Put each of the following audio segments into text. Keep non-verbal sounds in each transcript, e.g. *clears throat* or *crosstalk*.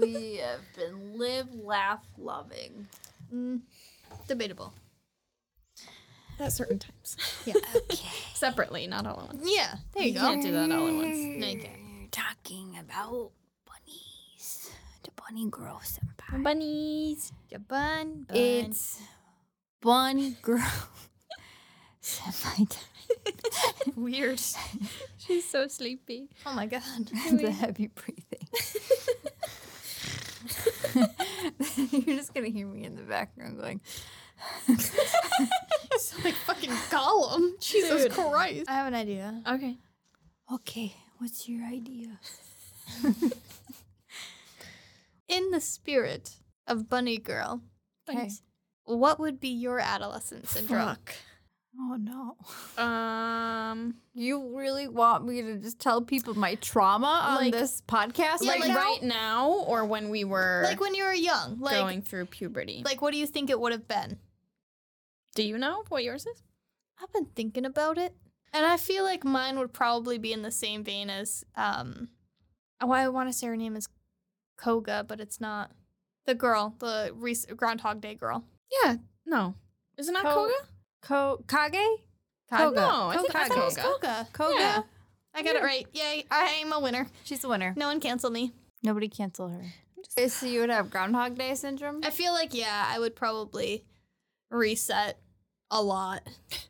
we have been live, laugh, loving. Debatable. At certain times. *laughs* Yeah. Separately, not all at once. Yeah. There you, You go. can't do that all at once. No, you can't. Talking about bunnies. The bunny girl senpai. Bunnies. Your bun, bun. *laughs* It's bunny girl *laughs* senpai time. Weird. She's so sleepy. oh my god. *laughs* the heavy *laughs* breathing. You're just gonna hear me in the background going, It's like fucking *laughs* Gollum. Jesus Christ. I have an idea. Okay. okay, what's your idea? In the spirit of Bunny Girl, Bunnies. what would be your adolescent syndrome? Oh no. Um. You really want me to just tell people my trauma on Like- this podcast Yeah, right like, now? right now, or when we were Like when you were young. Like going through puberty. like what do you think it would have been? do you know what yours is? I've been thinking about it. And I feel like mine would probably be in the same vein as um oh, I want to say her name is Koga, but it's not. The girl, the rec- Groundhog Day girl. Yeah. No. Isn't that Co- Koga? Ko- Kage? Koga. No, I think I thought it was Koga. Koga. Koga? Yeah. I got it right. Yay, I am a winner. She's the winner. No one canceled me. Nobody cancel her. So you would have Groundhog Day syndrome? I feel like yeah, I would probably reset a lot. *laughs*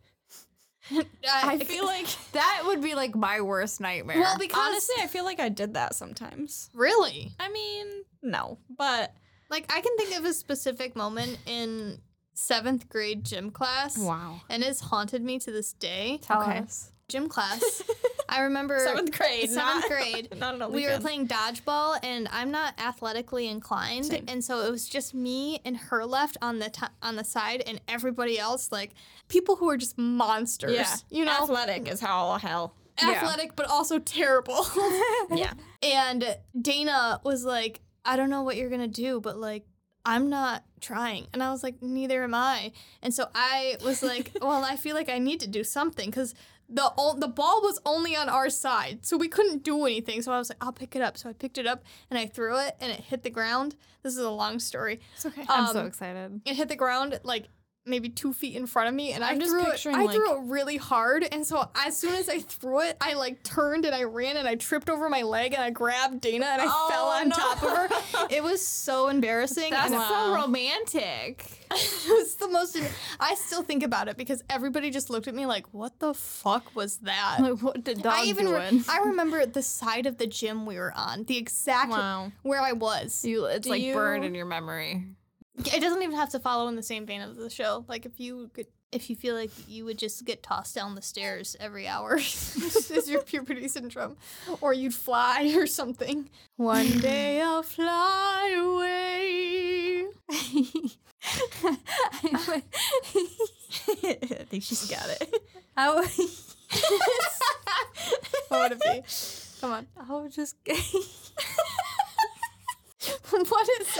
I, *laughs* I feel like that would be like my worst nightmare. well because Honestly, I feel like I did that sometimes. really, I mean, no, but like I can think of a specific moment in seventh grade gym class, wow. and it's haunted me to this day. Tell *laughs* Okay. us. Gym class, I remember *laughs* Seventh grade. Seventh not- *laughs* grade. Not an we were playing dodgeball and I'm not athletically inclined Same. and so it was just me and her left on the t- on the side and everybody else like people who are just monsters Yeah. you know athletic is how all hell. athletic but also terrible *laughs* Yeah. and Dana was like I don't know what you're going to do but like I'm not trying. And I was like, neither am I. And so I was like, well, I feel like I need to do something because the o- the ball was only on our side, so we couldn't do anything. So I was like, I'll pick it up. So I picked it up and I threw it, and it hit the ground. This is a long story. It's okay. Um, I'm so excited. It hit the ground like maybe two feet in front of me, and I I'm just threw it. picturing, I like- threw it really hard, and so as soon as I threw it, I like turned and I ran and I tripped over my leg and I grabbed Dana and I Oh, fell on no. top of her. It was so embarrassing. That's and so romantic. *laughs* it was the most. I still think about it because everybody just looked at me like, "What the fuck was that?" Like, what did dog I even re- doing? I remember the side of the gym we were on, the exact Wow. where I was. you, it's Do like burned you- in your memory. It doesn't even have to follow in the same vein of the show. Like if you could, if you feel like you would just get tossed down the stairs every hour, *laughs* is your puberty syndrome, or you'd fly or something. *laughs* *laughs* One day I'll fly *laughs* away. I think she's got *laughs* it. I would, What would it be? *laughs* Come on. I would just *laughs* what is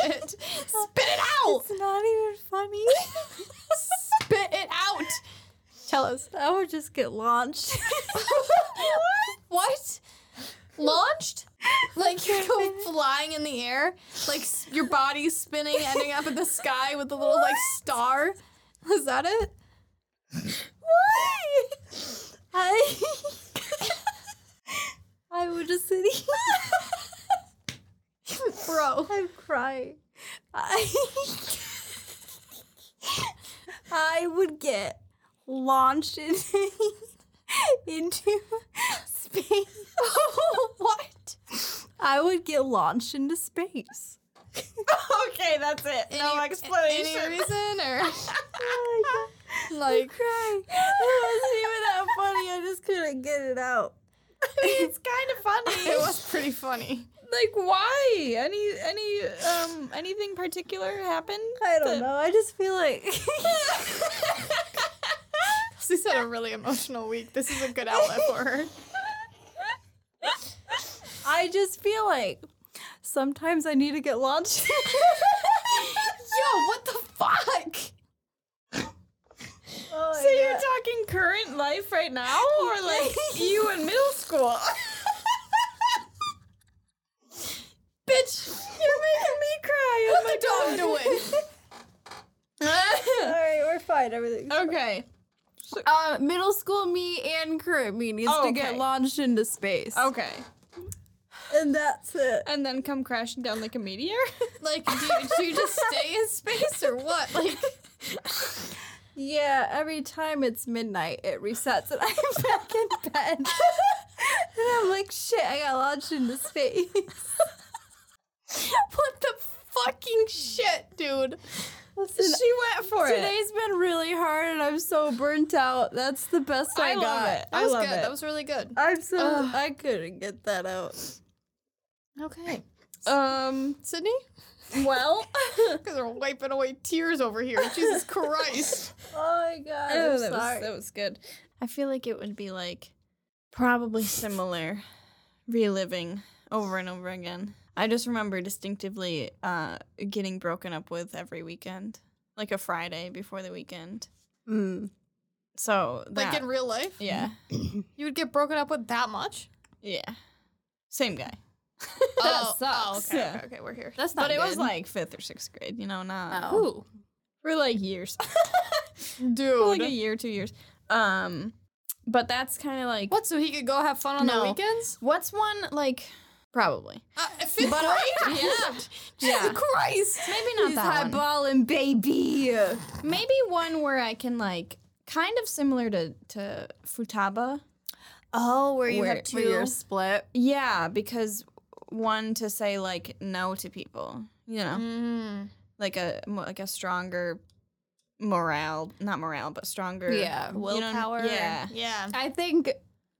it? Spit it out! It's not even funny. *laughs* Spit it out! Tell us. I would just get launched. *laughs* *laughs* What? Launched? Like you go flying in the air? Like s- your body's spinning, ending up in the sky with a little like star? Is that it? Why? I *laughs* I would just sit here. *laughs* Bro. I'm crying. I *laughs* I would get launched in, *laughs* into space. *laughs* Oh, what? I would get launched into space. okay, that's it. no *laughs* Any- explanation. Any reason *laughs* or Oh my God. *laughs* Like- I'm crying. It wasn't even that funny. I just couldn't get it out. it's kind of funny. *laughs* it was pretty funny. like why? Any any um anything particular happened? I don't know. I just feel like *laughs* She's had a really emotional week. This is a good outlet for *laughs* her. I just feel like sometimes I need to get launched. *laughs* Yo, what the fuck? oh, So you're talking current life right now, or like you in middle school? Bitch, you're have to win. right, we're fine. Everything. okay. Uh, middle school me and current me needs to get Okay. launched into space. Oh. Okay. And that's it. And then come crashing down like a meteor. *laughs* Like, do you, do you just stay in space or what? Like, *laughs* Yeah, every time it's midnight, it resets and I'm *laughs* back in bed. and I'm like, shit, I got launched into space. what the fucking shit, dude? she went for it. Today's been really hard and I'm so burnt out. That's the best I, I love got. it. That I was love good. it. Uh, That was really good. I'm so I couldn't get that out. Okay. Um. *laughs* Sydney? Well. You guys are wiping away tears over here. *laughs* Jesus Christ. Oh my god, Oh, I'm that was, sorry. that was good. I feel like it would be like probably similar, reliving over and over again. I just remember distinctively uh, getting broken up with every weekend, like a Friday before the weekend. Mm. So that, Like in real life? yeah, You would get broken up with that *laughs* much? yeah, same guy. *laughs* oh, sucks. Oh, okay, Yeah. okay, okay, we're here. That's not But it was good. like fifth or sixth grade, you know, not Oh. Ooh, for like years, *laughs* for dude. like a year, two years. Um, but that's kind of like what, so he could go have fun on No. the weekends? what's one like probably Uh, fifth But grade? yeah. Jesus *laughs* Yeah. Christ. Maybe not He's that one. highballing, baby. Maybe one where I can like kind of similar to to Futaba. Oh, where you have Where you're split. Yeah, because one to say like no to people, you know, Mm. like a mo- like a stronger morale, not morale, but stronger. Yeah. you know what I'm- Willpower. yeah. Yeah. I think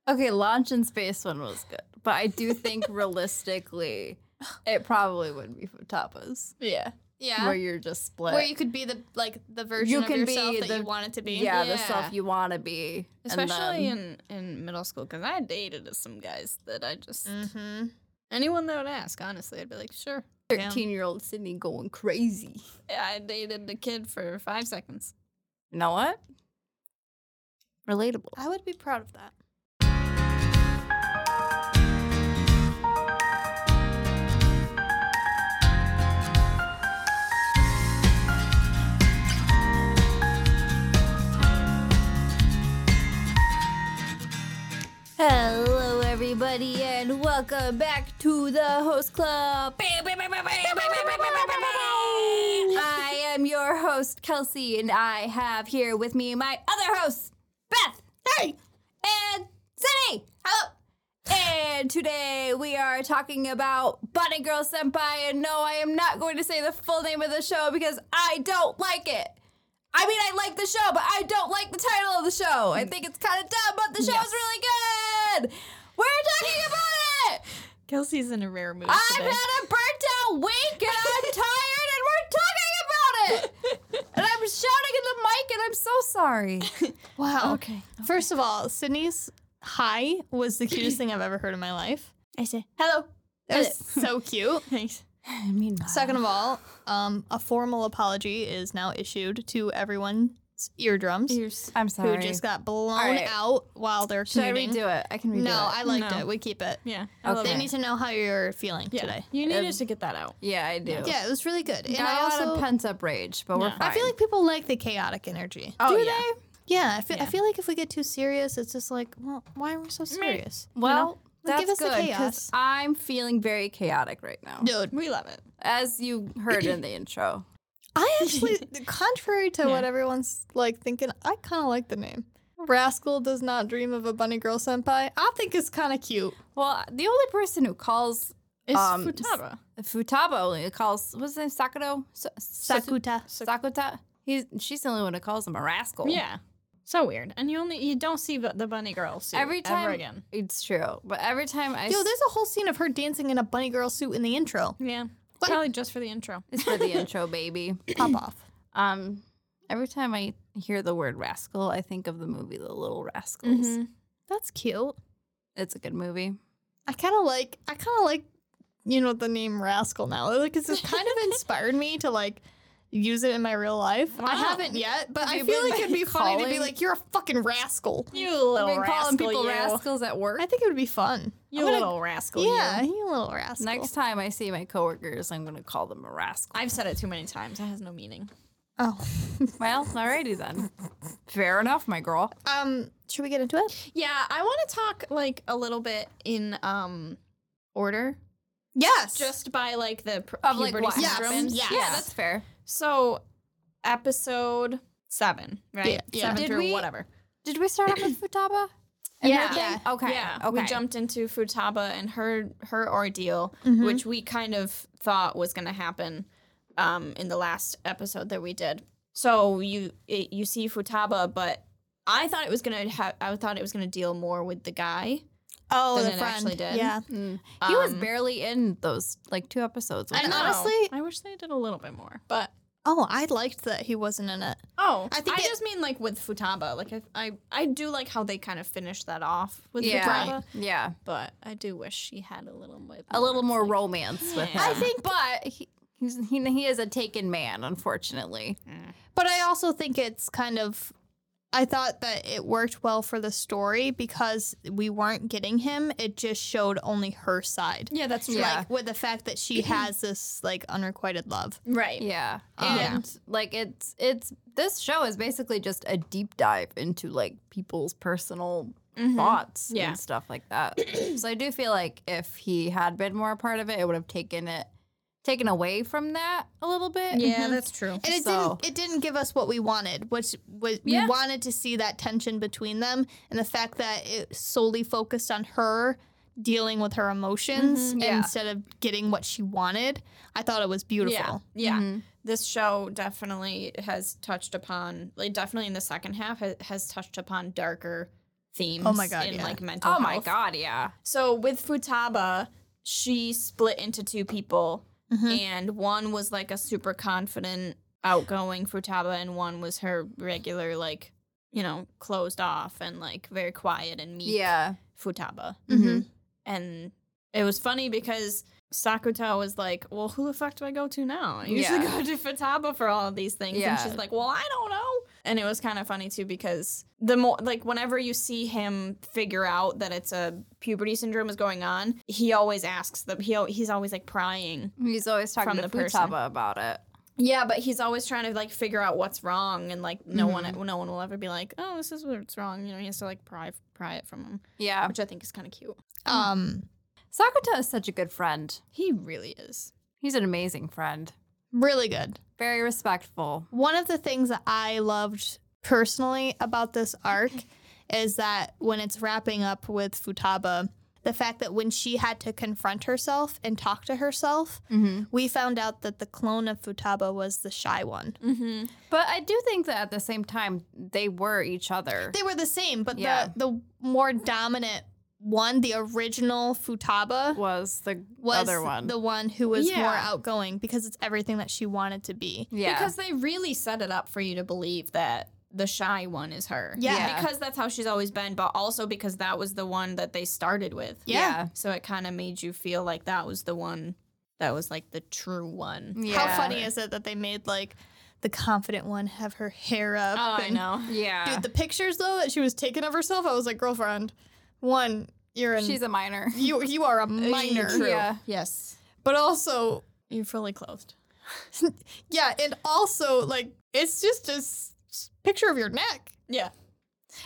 okay, launch in space one was good, but I do *laughs* think realistically, it probably would be for tapas Yeah. Yeah. where Where, you're just split. you could be the like the version of can be yourself that the- you want it to be. yeah, the yeah. stuff you want to be, and Especially then- in in middle school cuz I dated some guys that I just Mm-hmm. anyone that would ask, honestly, I'd be like, "Sure." yeah. thirteen-year-old Sydney going crazy. Yeah, I dated the kid for 5 seconds. You know what? Relatable. I would be proud of that. Hello, everybody, and welcome back to the Host Club. I am your host, Kelsey, and I have here with me my other hosts, Beth. Hey. And Sydney. Hello. And today we are talking about Bunny Girl Senpai, and no, I am not going to say the full name of the show because I don't like it. I mean, I like the show, but I don't like the title of the show. Mm. I think it's kind of dumb, but the show is really good. We're talking about it. Kelsey's in a rare mood I've today. had a burnt out week and *laughs* I'm tired and we're talking about it. And I'm shouting in the mic and I'm so *laughs* sorry. Wow. Okay. Oh. First of all, Sydney's hi was the cutest thing I've ever heard in my life. I say hello. It was so cute. Thanks. I mean, Second of all, um, a formal apology is now issued to everyone's eardrums I'm who sorry. just got blown right. out while they're Should I commuting. redo it? I can redo No, it. I liked No. it. We keep it. Yeah. Okay. They need to know how you're feeling today. You needed Um, to get that out. yeah, I do. Yeah, it was really good. And I I got a also pent up rage, but we're Yeah. fine. I feel like people like the chaotic energy. oh, Do yeah. they? Yeah, I feel I Yeah. feel like if we get too serious, it's just like, well, why are we so serious? You know? Well, Like, give that's us the good chaos. because I'm feeling very chaotic right now. dude, We love it. As you heard in the intro. *laughs* I *laughs* actually, contrary to what everyone's like thinking, I kind of like the name. Rascal does not dream of a bunny girl senpai. I think it's kind of cute. Well, the only person who calls It's Um, Futaba. Futaba only calls what's his name Sakuto Sa- Sa- Sakuta. He's she's the only one who calls him a rascal. Yeah. So weird. And you only you don't see bu- the bunny girl suit Every time- ever again. it's true. But every time I Yo, s- there's a whole scene of her dancing in a bunny girl suit in *clears throat* the intro. Yeah. Probably just for the intro. it's *laughs* for the intro, baby. Pop off. Um, every time I hear the word rascal, I think of the movie The Little Rascals. That's cute. It's a good movie. I kind of like. I *laughs* kind of like. You know the name Rascal now. Like it's just kind of inspired me to like use it in my real life. I haven't yet, but I feel like it'd be funny to be calling- like, "You're a fucking rascal." *laughs* You little Been calling people you. rascals at work. I think it would be fun. You I'm gonna- little rascal. yeah, you. you little rascal. Next time I see my coworkers, I'm gonna call them a rascal. I've said it too many times. That has no meaning. Oh. Well, alrighty then. Fair enough, my girl. Um, should we get into it? Yeah, I want to talk like a little bit in um order, Yes. just by like the pr- Of like puberty what Yes, syndrome. happened. yes. Yeah, that's fair. So, episode seven, right? Yeah, yeah. Seven Did through we- whatever. Did we start off with *clears throat* Futaba? Yeah. Yeah. Okay. Yeah, Okay. we jumped into Futaba and her her ordeal, Mm-hmm. which we kind of thought was going to happen um, in the last episode that we did. So you it, you see Futaba, but I thought it was going to have I thought it was going to deal more with the guy. oh, than the it friend. actually did. Yeah. He was Um, barely in those like two episodes. I wasn't know. he? honestly- I wish they did a little bit more, Oh. but Oh, I liked that he wasn't in it. oh, I I think think I it- just mean like with Futaba. Like I, I I do like how they kind of finished that off with Yeah. Futaba, Yeah. but I do wish she had a little bit A little more romance with him. Yeah. I think, but he, he's, he he is a taken man, unfortunately. But I also think it's kind of. I thought that it worked well for the story because we weren't getting him. It just showed only her side. Yeah, that's true. Yeah. Like with the fact that she has this like unrequited love. right. Oh, Yeah, Um, and like it's it's this show is basically just a deep dive into like people's personal Mhm. thoughts Yeah. and stuff like *clears throat* that. so I do feel like if he had been more a part of it, it would have taken it taken away from that a little bit. that's true. And it So- didn't it didn't give us what we wanted, which was Yeah. we wanted to see that tension between them and the fact that it solely focused on her dealing with her emotions Mhm, yeah. instead of getting what she wanted. I thought it was beautiful. Mm-hmm. Yeah. Yeah. Mm-hmm. This show definitely has touched upon, like, definitely in the second half, has, has touched upon darker themes. Oh my God, In yeah. like mental Oh my health. god, yeah. So with Futaba, she split into two people, Mhm. and one was like a super confident, outgoing Futaba, and one was her regular, like, you know, closed off and like very quiet and meek Yeah. Futaba. Mm-hmm. Mhm. And it was funny because Sakuto was like, Well, who the fuck do I go to now? I usually Yeah. go to Futaba for all of these things. And Yeah. she's like, Well, I don't know. And it was kind of funny too because the more, like, whenever you see him figure out that it's a puberty syndrome is going on, he always asks that he, al- he's always like prying. He's always talking From to the person. Futaba about it. Yeah, but he's always trying to like figure out what's wrong. And like, no Mm-hmm. one, no one will ever be like, Oh, this is what's wrong. You know, he has to like pry, pry it from him, Yeah. which I think is kind of cute. Um Sakuto is such a good friend. He really is. He's an amazing friend. really good. Very respectful. One of the things that I loved personally about this arc is that when it's wrapping up with Futaba, the fact that when she had to confront herself and talk to herself, Mhm. we found out that the clone of Futaba was the shy one. Mm-hmm. But I do think that at the same time, they were each other. They were the same, but Yeah. the, the more dominant one, the original Futaba, was the was other one. the one who was Yeah. more outgoing because it's everything that she wanted to be. yeah. Because they really set it up for you to believe that the shy one is her. Yeah. Yeah. Because that's how she's always been, but also because that was the one that they started with. yeah. So it kind of made you feel like that was the one that was like the true one. yeah. How funny is it that they made like the confident one have her hair up? Oh, and- Yeah. Dude, the pictures though that she was taking of herself, I was like, girlfriend, one, you're in. She's a minor. *laughs* you you are a minor, True. Yeah. Yes. but also You're fully clothed. yeah, and also like it's just a s- s- picture of your neck. Yeah.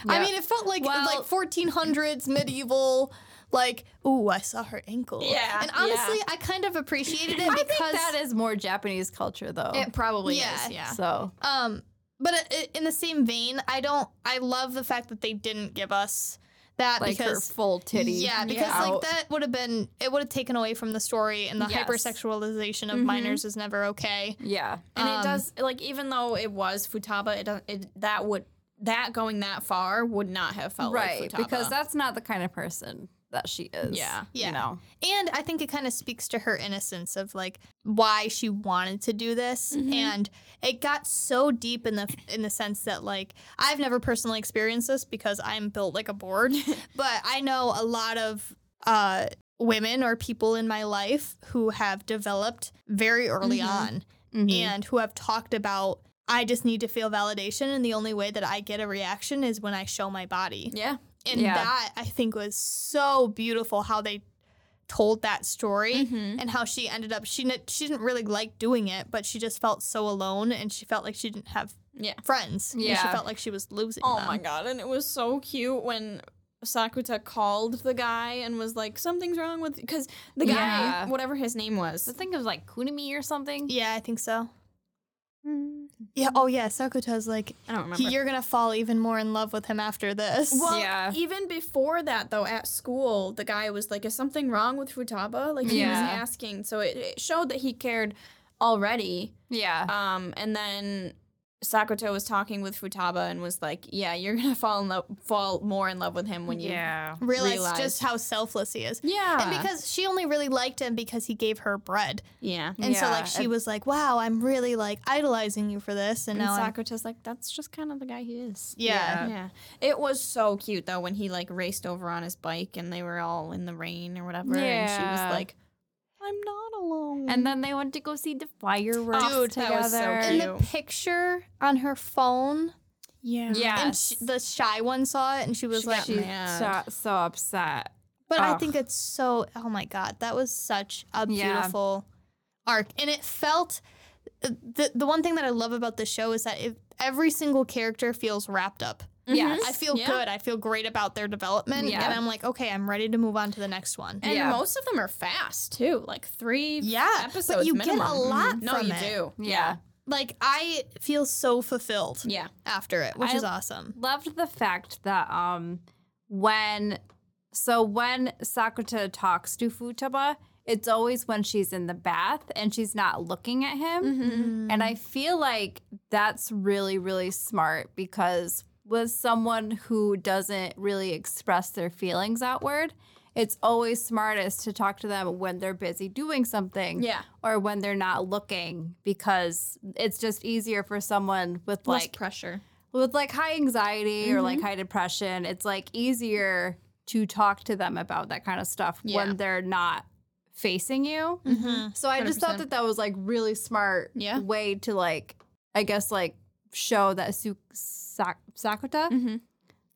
I Yeah. mean, it felt like Well- like 1400s medieval. Like, ooh, I saw her ankle. Yeah, and honestly, I kind of appreciated it I because think that is more Japanese culture, though. It probably Yeah. is. Yeah. so Um, but i- i- in the same vein, I don't. I love the fact that they didn't give us that like her because full titty. Yeah, because like out. that would have been it would have taken away from the story and the Yes. Mm-hmm. hypersexualization of minors is never okay. Yeah. And Um, it does like even though it was Futaba, it, does- it that would that going that far would not have felt Right. Like Futaba. because that's not the kind of person that she is. Yeah. Yeah. You know. And I think it kind of speaks to her innocence of like why she wanted to do this Mm-hmm. and it got so deep in the in the sense that like I've never personally experienced this because I'm built like a *laughs* board, but I know a lot of Mm-hmm. uh women or people in my life who have developed very early on Mm-hmm. and who have talked about I just need to feel validation and the only way that I get a reaction is when I show my body. Yeah. And Yeah. that I think was so beautiful how they told that story Mhm. and how she ended up she kn- she didn't really like doing it but she just felt so alone and she felt like she didn't have Yeah. friends. And she Yeah. felt like she was losing Oh them. my god, and it was so cute when Sakuta called the guy and was like, "Something's wrong with," because the guy, Yeah. whatever his name was, I think it was like Kunimi or something. Yeah, I think so. Yeah, oh yeah, Sakuta's like I don't Mm-hmm. remember. "He- you're going to fall even more in love with him after this. Well, Yeah. even before that, though, at school, the guy was like, "Is something wrong with Futaba?" Like he was Yeah. asking, so it, it showed that he cared already. Yeah. Um, and then Sakuto was talking with Futaba and was like, "Yeah, you're gonna fall in love, fall more in love with him Um, when you." yeah. realize realized. just how selfless he is. Yeah. And because she only really liked him because he gave her bread. yeah. And so like Yeah, she and- was like, "Wow, I'm really like idolizing you for this." And, And now I'm Sakuto's like, that's just kind of the guy he is. yeah. Yeah. Yeah. It was so cute though when he like raced over on his bike and they were all in the rain or whatever. And she Yeah. was like, I'm not alone. And then they went to go see the fireworks Dude, together. that was so And Ew. the picture on her phone, yeah. Yeah. and sh- the shy one saw it, and she was She like, got- She's so, mad. so upset. "But I Ugh. think it's so. Oh my god, that was such a Yeah. beautiful arc, and it felt the the one thing that I love about the show is that if every single character feels wrapped up. Yes. I feel Mm-hmm. Yeah. good. I feel great about their development, Yeah. and I'm like, okay, I'm ready to move on to the next one. And Yeah. most of them are fast too, like three Yeah, but episodes. you get a minimum. Mm-hmm. lot No, from you it. do. Yeah. like I feel so fulfilled Yeah. after it, which I- is awesome. Loved the fact that um when so when Sakuta talks to Futaba, it's always when she's in the bath and she's not looking at him. Mm-hmm. Mm-hmm. And I feel like that's really, really smart because with someone who doesn't really express their feelings outward, it's always smartest to talk to them when they're busy doing something Yeah. or when they're not looking because it's just easier for someone with Less like pressure. Mm-hmm. with like high anxiety or like high depression, it's like easier to talk to them about that kind of stuff Yeah. when they're not facing you. Mm-hmm. Mm-hmm. So I just thought 100%. that that was like really smart Yeah. way to like I guess like show that Su- Sak- Sakuta Mhm.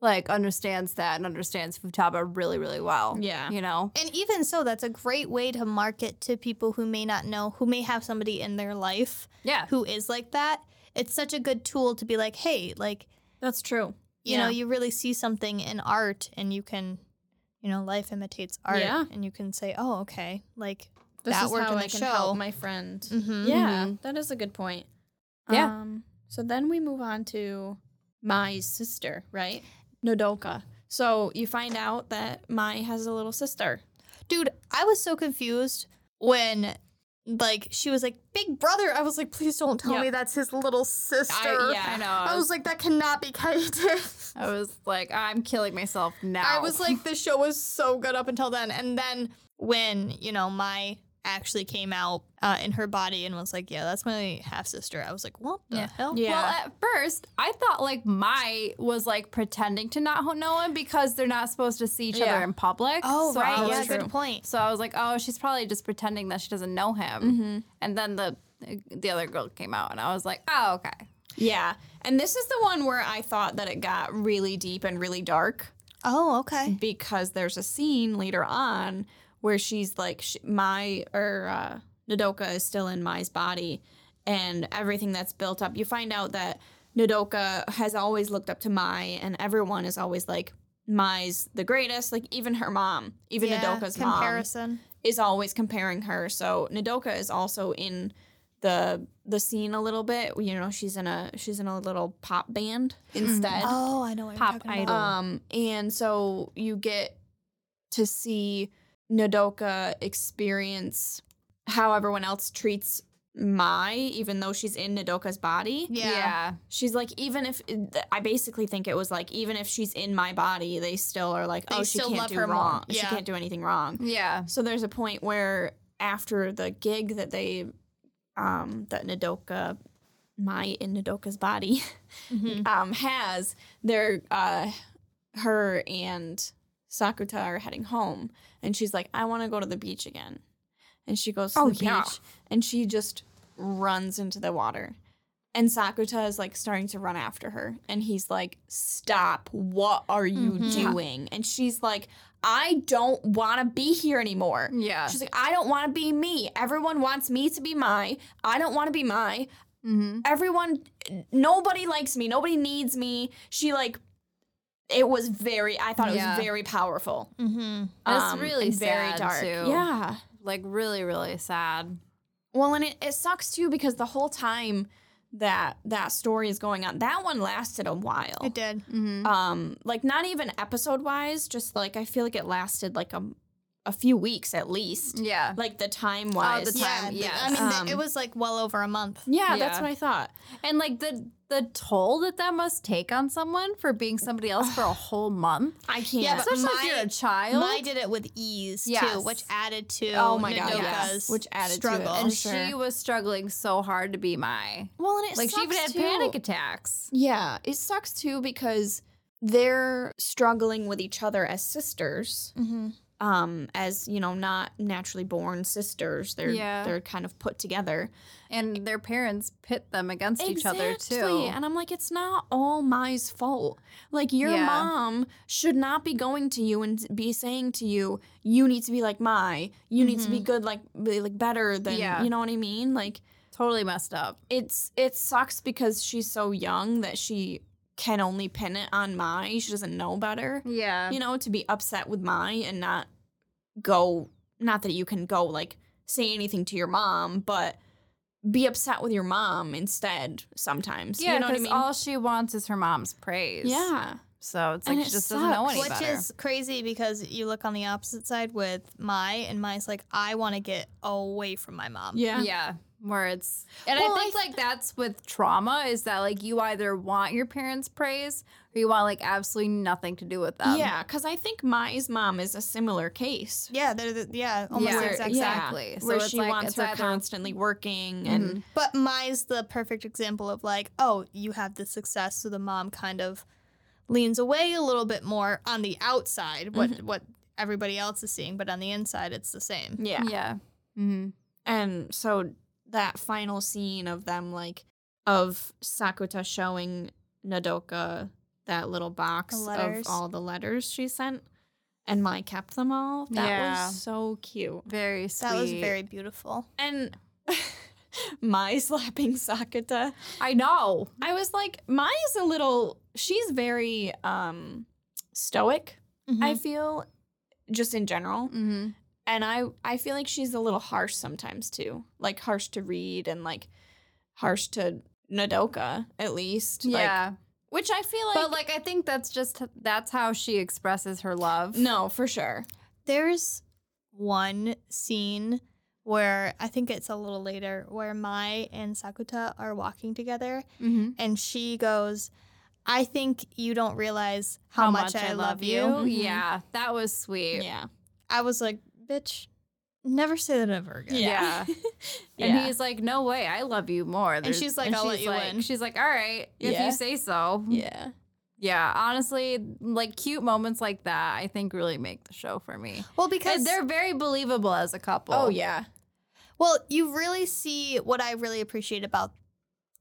like understands that and understands Futaba really really well. Yeah. you know. And even so, that's a great way to market to people who may not know, who may have somebody in their life Yeah, who is like that. It's such a good tool to be like, hey, like, That's true. you know, you really see something in art and you can, you know, life imitates art Yeah. and you can say, oh, okay, like, this that is worked how in I the can show. help my friend. mhm. Yeah, that is a good point. Yeah. Um, so then we move on to Mai's sister, right? Nodoka. So you find out that Mai has a little sister. Dude, I was so confused when. Like she was like big brother. I was like, please don't tell Yeah. me that's his little sister. yeah. I know. I was like, that cannot be Kaiten. I was like, I'm killing myself now. I was like, the show was so good up until then. And then when, you know, my actually came out uh, in her body and was like, yeah, that's my half sister. I was like, what the hell? Well, at first, I thought like my was like pretending to not ho- know him because they're not supposed to see each Yeah. other in public. Oh, so I right. was, Yeah, true. good point. So I was like, oh, she's probably just pretending that she doesn't know him. And then the the other girl came out, and I was like, oh, okay. yeah. And this is the one where I thought that it got really deep and really dark Oh, okay. because there's a scene later on where she's like, sh Mai or uh, Nodoka is still in Mai's body and everything that's built up. You find out that Nodoka has always looked up to Mai and everyone is always like, Mai's the greatest. Like, even her mom, even Nodoka's mom comparison. is always comparing her. So Nadoka is also in the the scene a little bit. You know, she's in a she's in a little pop band instead. Oh, I know what Pop you're talking idol. about. Um, and so you get to see Nadoka experience how everyone else treats Mai, even though she's in Nadoka's body. Yeah. She's like, even if I basically think it was like, even if she's in my body, they still are like, They oh, she still can't love do her more. wrong. She Yeah. Mm-hmm. can't do anything wrong. Yeah. Yeah. So there's a point where after the gig that they, um, that Nadoka, my in Nadoka's body, Mhm. um, has, they're, uh, her and Sakuta are heading home, and she's like, I want to go to the beach again, and she goes to Oh, the yeah. beach, and she just runs into the water. And Sakuta is like starting to run after her. And he's like, Stop. What are you Mm-hmm. doing? And she's like, I don't want to be here anymore. Yeah. She's like, I don't want to be me. Everyone wants me to be my. I don't want to be my. Mm-hmm. Everyone, nobody likes me. Nobody needs me. She like, it was very, I thought Yeah. it was very powerful. um, Mm-hmm. That's really and sad, too. Yeah. Like really, really sad. Well, and it, it sucks too because the whole time that that story is going on, that one lasted a while. It did. Mm-hmm. Um, like not even episode wise, just like I feel like it lasted like a, a few weeks at least. Yeah. Like the time wise. Mm. Oh, the Yeah, Time, th- yes. I mean, th- Um, it was like well over a month. Yeah, Yeah. that's what I thought. And like the the toll that that must take on someone for being somebody else for a whole month, I can't. Yeah, but- especially if my- you're a child. I did it with ease too, Yes. which added to Oh my god, Nadoka's yes. Which added to it, struggle. for and she sure. was struggling so hard to be my. well, and it Like she even sucks, had too. panic attacks. Yeah, it sucks too because they're struggling with each other as sisters. mm-hmm. um as you know not naturally born sisters they're Yeah. they're kind of put together And their parents pit them against each Exactly. other too. and i'm like it's not all my's fault like your Yeah. mom should not be going to you and be saying to you you need to be like my you need to be good like be, like better than Yeah. you know what i mean like Totally messed up. it's it sucks because she's so young that she can only pin it on my she doesn't know better Yeah. you know, to be upset with my and not go, not that you can go like say anything to your mom, but be upset with your mom instead sometimes. yeah, you know what I because mean? all she wants is her mom's praise. yeah. So it's like And she it just doesn't know sucks. any Way Which better. is crazy because you look on the opposite side with Mai, and Mai's like, I want to get away from my mom. Yeah. yeah where it's and Well, i I think th- like that's with trauma is that like you either want your parents praise or you want like absolutely nothing to do with them yeah, because I think Mai's mom is a similar case. Yeah, they're the, yeah, almost Yeah. the Where- exact yeah. same. Exactly. So Where it's she like, wants it's her either- constantly working and But Mai's the perfect example of like, oh, you have the success, so the mom kind of leans away a little bit more on the outside, what Mm-hmm. what everybody else is seeing, but on the inside, it's the same. yeah. yeah, hmm And so that final scene of them like of Sakuta showing Nadoka that little box The of letters. all the letters she sent and Mai kept them all. That Yeah. was so cute. very sweet That was very beautiful. And *laughs* Mai slapping Sakuta. i know I was like, Mai is a little she's very um stoic, Mm-hmm. I feel, just in general. mm-hmm. and I I feel like she's a little harsh sometimes too, like harsh to Reed and like harsh to Nadoka at least. like, yeah which I feel like, but like i think that's just that's how she expresses her love no for sure. There's one scene where I think it's a little later where Mai and Sakuta are walking together Mhm. and she goes, I think you don't realize how, much, I, love you. Mm-hmm. yeah that was sweet Yeah, I was like, bitch, never say that ever again. Yeah. *laughs* And Yeah. he's like, "No way, I love you more." There's- she's like, "I'll let you like- in." She's like, "All right, if Yeah. you say so." yeah. Yeah, honestly, like cute moments like that, I think really make the show for me. Well, because And they're very believable as a couple. Oh yeah, well, you really see what I really appreciate about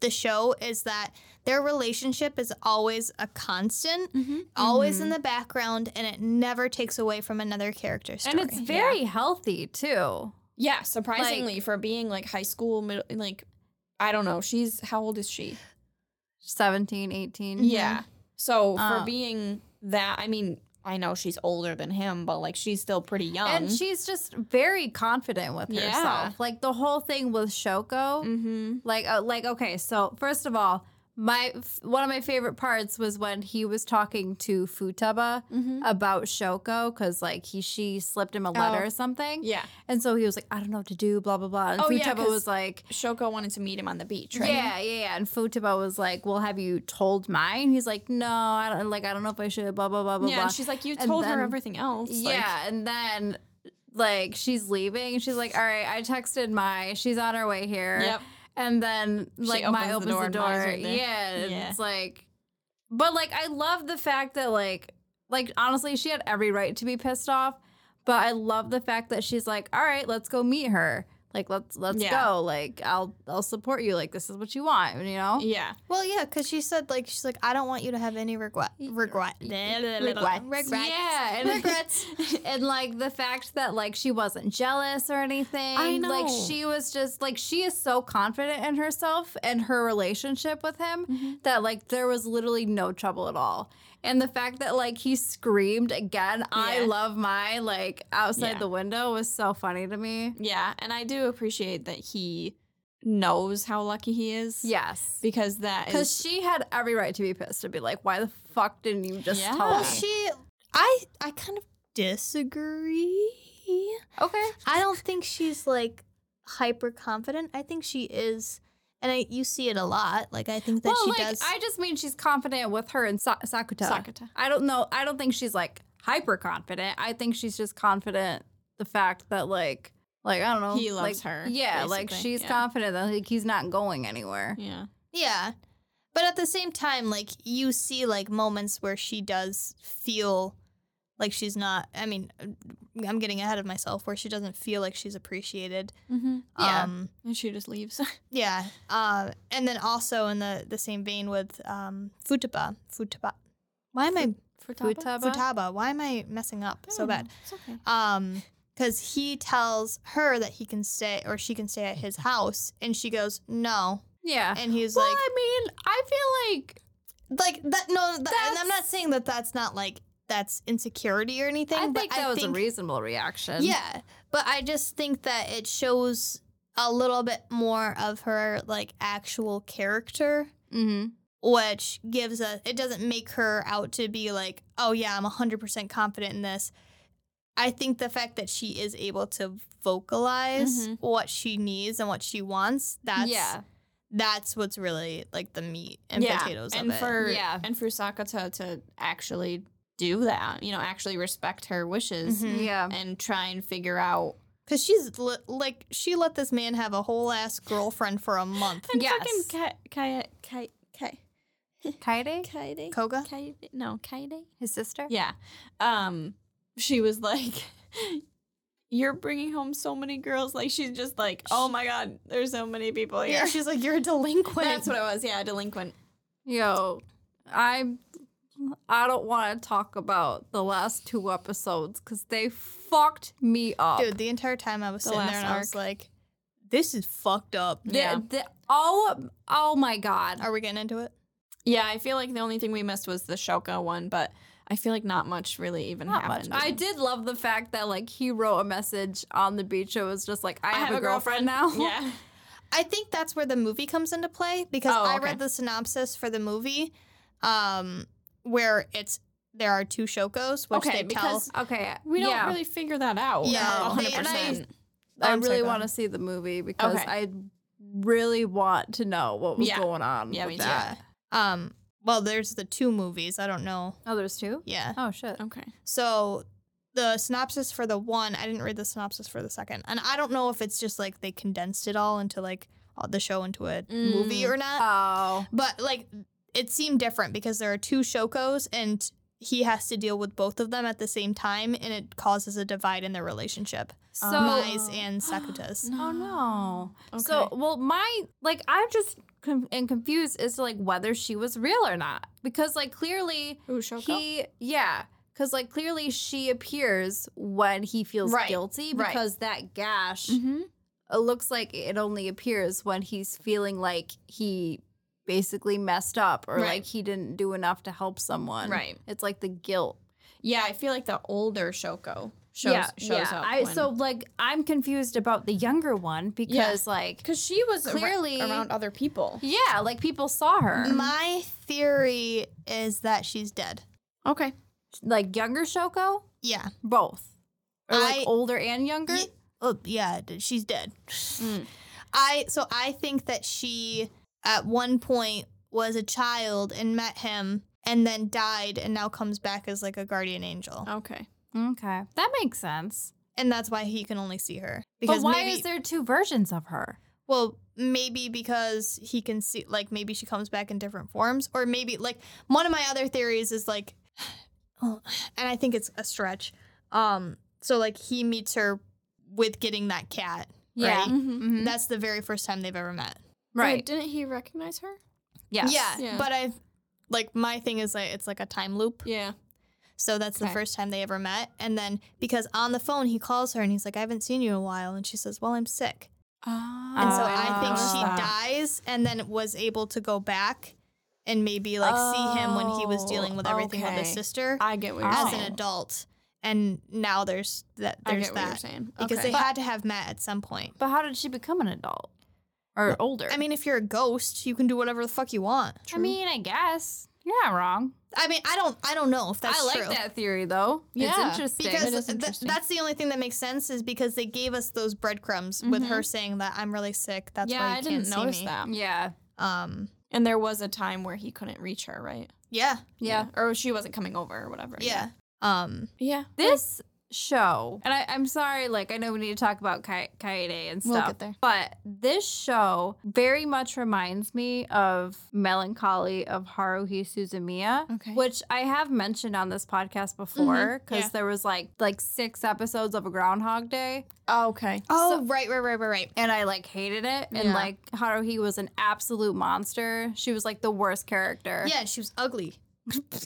the show is that their relationship is always a constant, Mm-hmm. always in the background, and it never takes away from another character story. and it's very healthy too. yeah. Surprisingly, for being like high school, middle, like I don't know, she's how old is she? 17, 18. Yeah. So Uh, for being that, I mean, I know she's older than him, but like she's still pretty young. And she's just very confident with Yeah. herself. Like the whole thing with Shoko, mm-hmm. like uh, like okay, so first of all, my f- one of my favorite parts was when he was talking to Futaba Mhm. about Shoko cuz like he she slipped him a letter Oh. or something. Yeah. And so he was like, I don't know what to do, blah blah blah. And Oh, yeah, Futaba 'cause- was like, Shoko wanted to meet him on the beach, right? Yeah, yeah, yeah. And Futaba was like, "Well, have you told mine?" He's like, "No, I don't. Like, I don't know if I should." Blah blah blah blah Yeah, blah. and she's like, you And told then- her everything else. like- yeah, and then like she's leaving, and she's like, "All right, I texted my. She's on her way here." Yep. And then like my opens opens the door the and door. Mai's right there. yeah, and Yeah. it's like, but like I love the fact that like like honestly, she had every right to be pissed off, but I love the fact that she's like, "All right, let's go meet her." Like let's let's Yeah. go. Like I'll I'll support you. Like this is what you want. You know. Yeah. Well, yeah, because she said like she's like I don't want you to have any regret. Regret. Regrets. Regrets. Yeah. *laughs* And, Regrets. and like the fact that like she wasn't jealous or anything. I Like know. she was just like she is so confident in herself and her relationship with him Mm-hmm. that like there was literally no trouble at all. And the fact that like he screamed again, I Yeah. love my like outside Yeah. the window was so funny to me. Yeah. And I do appreciate that he knows how lucky he is. Yes. Because that Because is. she had every right to be pissed and be like, why the fuck didn't you just Yeah. tell Well, me? she. I I kind of disagree. okay. I don't think she's like hyper confident. I think she is, and I, you see it a lot. Like I think that well, she like, does. I just mean she's confident with her and Sa- Sakuta. Sakuta. I don't know. I don't think she's like hyper confident. I think she's just confident the fact that like like I don't know. He loves like, her, Yeah, like basically. she's Yeah. confident that like he's not going anywhere. yeah. yeah, but at the same time, like you see like moments where she does feel like she's not. I mean, uh, I'm getting ahead of myself. Where she doesn't feel like she's appreciated. Mm-hmm. Yeah. Um, And she just leaves. Yeah. Uh, and then also in the, the same vein with um, Futaba. Futaba. Why am I Futaba? Hmm. Futaba? Why am I messing up *laughs* so bad? It's okay. Um, because he tells her that he can stay or she can stay at his house, and she goes no, Yeah. and he's well, like, I mean, I feel like like that. No, th- and I'm That's- not saying that that's not like that's insecurity or anything. I but think that was think- a reasonable reaction. Yeah, but I just think that it shows a little bit more of her like actual character Mm-hmm. which gives us it doesn't make her out to be like oh yeah i'm 100% confident in this i think the fact that she is able to vocalize Mhm. what she needs and what she wants that's Mm-hmm. yeah. that's what's really like the meat and Yeah, potatoes and of it for Yeah. and for Sakata to actually do that, you know, actually respect her wishes Mhm. Yeah. and try and figure out because she's li- like she let this man have a whole ass girlfriend for a month and Yes. fucking Kai Kai Kai Kaede, Kaide koga Kaide no Kaide his sister. *laughs* yeah um she was like *laughs* you're bringing home so many girls like she's just like oh my god there's so many people here yeah she's like you're a delinquent that's what it was yeah delinquent Yo, I I don't want to talk about the last two episodes because they fucked me up. dude the entire time i was The sitting there last and i was arc. like this is fucked up The- Yeah. the- oh, oh my god. are we getting into it yeah I feel like the only thing we missed was the Shoko one but I feel like not much really even Not much. happened I did love the fact that like he wrote a message on the beach. It was just like I, have, a girlfriend, now. *laughs* yeah I think that's where the movie comes into play because Oh, I okay. read the synopsis for the movie, um, where it's there are two Shokos, which Okay, they tell. because- *laughs* Okay, We don't yeah. really figure that out. Yeah, a hundred they- and I- percent. I I'm sorry, really go want on. to see the movie because Okay. I really want to know what was Yeah. going on. Yeah, with me too. that. Um, well, there's the two movies. I don't know. Oh, there's two. Yeah. Oh shit. Okay. So the synopsis for the one, I didn't read the synopsis for the second, and I don't know if it's just like they condensed it all into like all the show into a movie or not. Oh, But like it seemed different because there are two Shokos and he has to deal with both of them at the same time and it causes a divide in their relationship. so Mai's and Sakuta's. Oh no. So, well, my like I'm just com- and confused as to like whether she was real or not because like clearly Who, Shoko? he yeah because like clearly she appears when he feels Right, guilty right. because that gash Mhm. it looks like it only appears when he's feeling like he basically messed up or Right. like he didn't do enough to help someone Right. it's like the guilt Yeah, I feel like the older Shoko shows, shows up. I, so like I'm confused about the younger one because like because she was ar- Clearly- around other people. Yeah, like people saw her. My theory is that she's dead. Okay. Like younger Shoko? Yeah. Both. Or like I- older and younger? Ye- oh, yeah, d- she's dead. Mm. I so I think that she at one point was a child and met him and then died and now comes back as like a guardian angel. Oh. Okay. Okay. That makes sense. And that's why he can only see her. But why maybe- is there two versions of her? Well, maybe because he can see, like, maybe she comes back in different forms, or maybe, like, one of my other theories is like, *sighs* oh, and I think it's a stretch. Um, so like he meets her with getting that cat Yeah. Right. Mm-hmm. Mhm. That's the very first time they've ever met. Wait, Right. didn't he recognize her? Yes. Yeah, Yeah. But I like my thing is like it's like a time loop. Yeah. So that's Okay. the first time they ever met. And then because on the phone he calls her and he's like, I haven't seen you in a while and she says, Well, I'm sick. And so I think Oh. she dies and then was able to go back and maybe like see him when he was dealing with Oh, everything with his okay. sister I get what you're as saying. an adult. And now there's that I there's get what you're that. saying. Because Okay. they had to have met at some point. But how did she become an adult or older? I mean, if you're a ghost, you can do whatever the fuck you want. I mean, I guess you're not wrong. I mean, I don't, I don't know if that's I like true. that theory though. Yeah, it's interesting. It because is th- interesting. that's the only thing that makes sense is because they gave us those breadcrumbs with her saying that I'm really sick. That's Mm-hmm. yeah, why you I didn't can't notice see me. that. yeah, Um, And there was a time where he couldn't reach her, right? yeah, yeah. Or she wasn't coming over or whatever. yeah. Um, Yeah. This show, and I, I'm sorry, like I know we need to talk about Ka- Kaede and stuff, We'll get there. but this show very much reminds me of Melancholy of Haruhi Suzumiya, Okay. which I have mentioned on this podcast before because yeah. there was like like six episodes of a Groundhog Day. okay. oh, right, right, right, right, right. and I like hated it. And Yeah. like Haruhi was an absolute monster. She was like the worst character. *laughs* Yeah, she was ugly.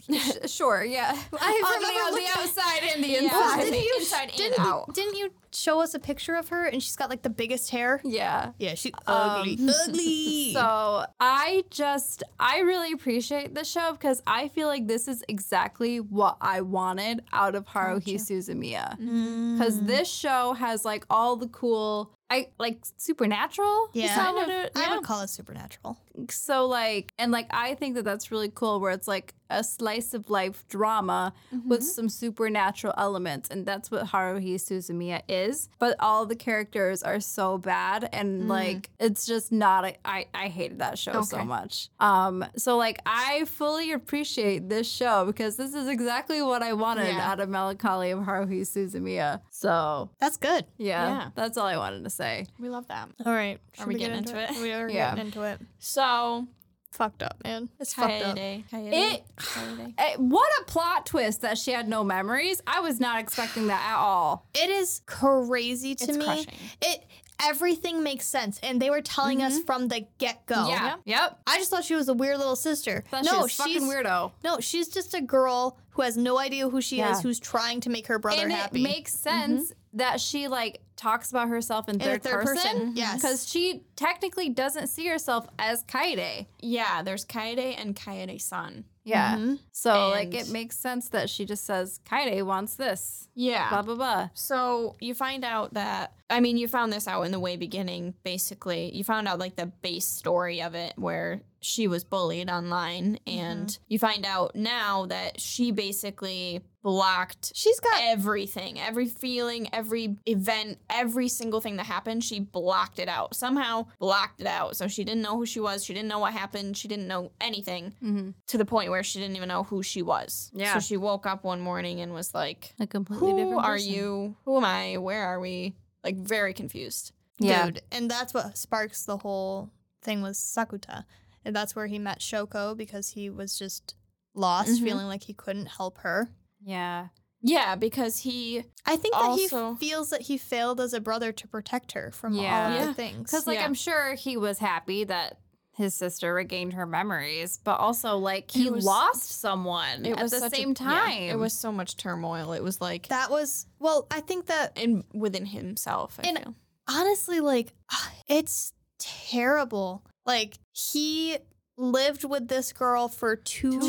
Yeah, sure. *laughs* Yeah, remember I ugly on looking- the outside and the Yeah. inside. Well, didn't *laughs* you- inside and Didn't you, out. didn't you show us a picture of her and she's got like the biggest hair? Yeah. Yeah, she's ugly. *laughs* ugly. So I just I really appreciate this show because I feel like this is exactly what I wanted out of Haruhi Suzumiya. Mm-hmm. Mm. Because this show has like all the cool I like supernatural. is Yeah. how Kind it- I yeah. would call it supernatural. so like and like i think that that's really cool where it's like a slice of life drama Mm-hmm. with some supernatural elements and that's what haruhi suzumiya is but all the characters are so bad and like it's just not a, I, I hated that show so Mm. Okay. much um so like i fully appreciate this show because this is exactly what i wanted Yeah. out of melancholy of haruhi suzumiya so That's good. yeah, Yeah. that's all i wanted to say We love that. All right. Are we getting into it? We are Yeah. getting into it. So Fucked up, man. It's fucked up. Kaede. Kaede. It- Kaede. Eh, what a plot twist that she had no memories. I was not expecting that at all. It is crazy to It's me. crushing. It everything makes sense, and they were telling us from the get go. Mm-hmm. Oh, Yeah. Yep. I just thought she was a weird little sister. Thought she no, was fucking weirdo. No, she's just a girl who has no idea who she Yeah. is, who's trying to make her brother And happy. it makes sense that she like talks about herself Mm-hmm. in the third, third person, person. yes. Because she technically doesn't see herself as Kaede. *sighs* Yeah, there's Kaede and Kaede-san. Yeah. Mm-hmm. So like And- it makes sense that she just says Kaede wants this. Yeah. Blah blah blah. So you find out that I mean you found this out in the way beginning basically. You found out like the base story of it where she was bullied online and you find out now that she basically blocked she's got everything, every feeling, every event, every single thing that happened, she blocked it out. Somehow blocked it out. So she didn't know who she was, she didn't know what happened, she didn't know anything to the point where she didn't even know who she was. Yeah. So she woke up one morning and was like A completely who different are you? Who am I? Where are we? Like very confused. Yeah. dude, and that's what sparks the whole thing with Sakuta, and that's where he met Shoko because he was just lost, Mm-hmm. Mhm. feeling like he couldn't help her. Yeah. Yeah, because he I think that Also- he feels that he failed as a brother to protect her from all Yeah. of Yeah. the things. Because like Yeah. I'm sure he was happy that his sister regained her memories, but also like he It was- lost someone it Mm. at was the such a- same yeah, time. it was so much turmoil. It was like that was well, I think that in within himself. I And- feel. honestly, like *sighs* it's terrible. Like he lived with this girl for two, Two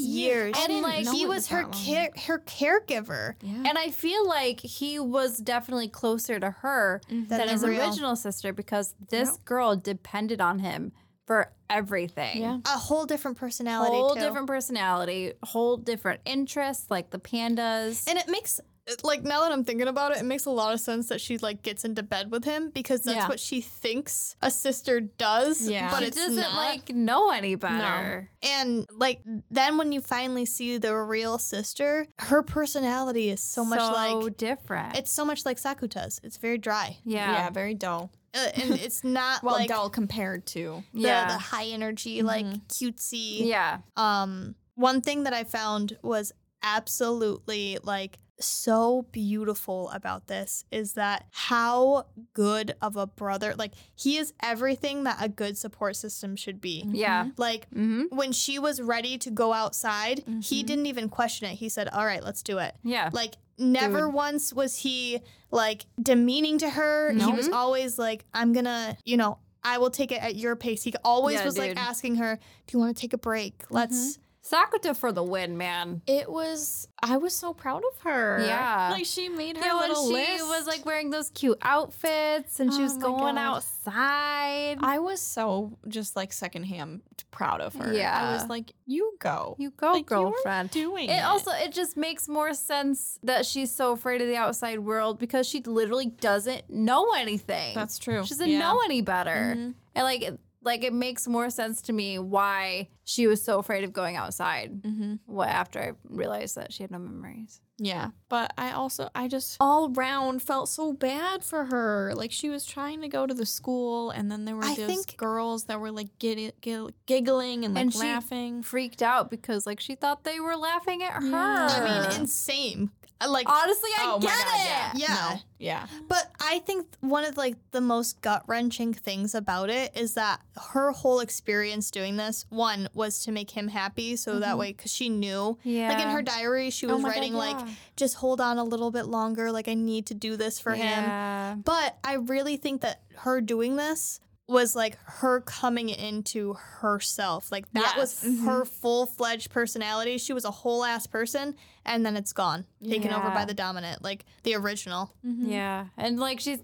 years. years. I And didn't like know he it was was her that long. care her caregiver. Yeah. and I feel like he was definitely closer to her Than Mm-hmm. than, the his real- original sister because this girl depended on him for everything. Yeah. A whole different personality. Whole too. different personality, whole different interests, like the pandas. And it makes like now that I'm thinking about it, it makes a lot of sense that she like gets into bed with him because that's Yeah. what she thinks a sister does. Yeah. But she it's doesn't not. like know any better. And like then when you finally see the real sister, her personality is so much like different. it's so much like Sakuta's. It's very dry, yeah, yeah. very dull. uh, and *laughs* it's not Well, like dull Mm-hmm. compared to the, the yeah. high energy, like cutesy. yeah. Um, one thing that I found was absolutely like so beautiful about this is that how good of a brother, like, he is everything that a good support system should be. Mm-hmm. Yeah. Like, Mm-hmm. when she was ready to go outside, he Mm-hmm. didn't even question it. He said, All right, let's do it. Yeah. Like, never once was he like demeaning to her. He was always like, I'm gonna, you know, I will take it at your pace. He always Yeah, was dude. like asking her, Do you wanna take a break? Let's. Sakuta for the win, man. It was. I was so proud of her. Yeah. like she made her Yeah, when little she list. was like wearing those cute outfits and she Oh was my going God. outside. I was so just like secondhand proud of her. I Yeah. was like, you go. you go, like, you were girlfriend. doing It also it just makes more sense that she's so afraid of the outside world because she literally doesn't know anything. That's true. She doesn't know any better. And like it- like it makes more sense to me why she was so afraid of going outside. Mm-hmm. What after I realized that she had no memories. Yeah, but I also I just all round felt so bad for her. Like she was trying to go to the school, and then there were I those think- girls that were like gid- gil- giggling and like And she- laughing. Freaked out because like she thought they were laughing at her. Yeah. I uh, I mean, insane. I, Like, honestly, I Oh my get God, it. yeah. yeah. No. Yeah, But I think one of like the most gut wrenching things about it is that her whole experience doing this one was to make him happy, so that way because she knew, Yeah. like in her diary, she was writing like, "Just hold on a little bit longer. Like I need to do this for him." yeah. But I really think that her doing this was like her coming into herself. Like that was Yes. Mhm. her full fledged personality. She was a whole ass person, and then it's gone, taken over Yeah. by the dominant, like the original. Yeah. And like she's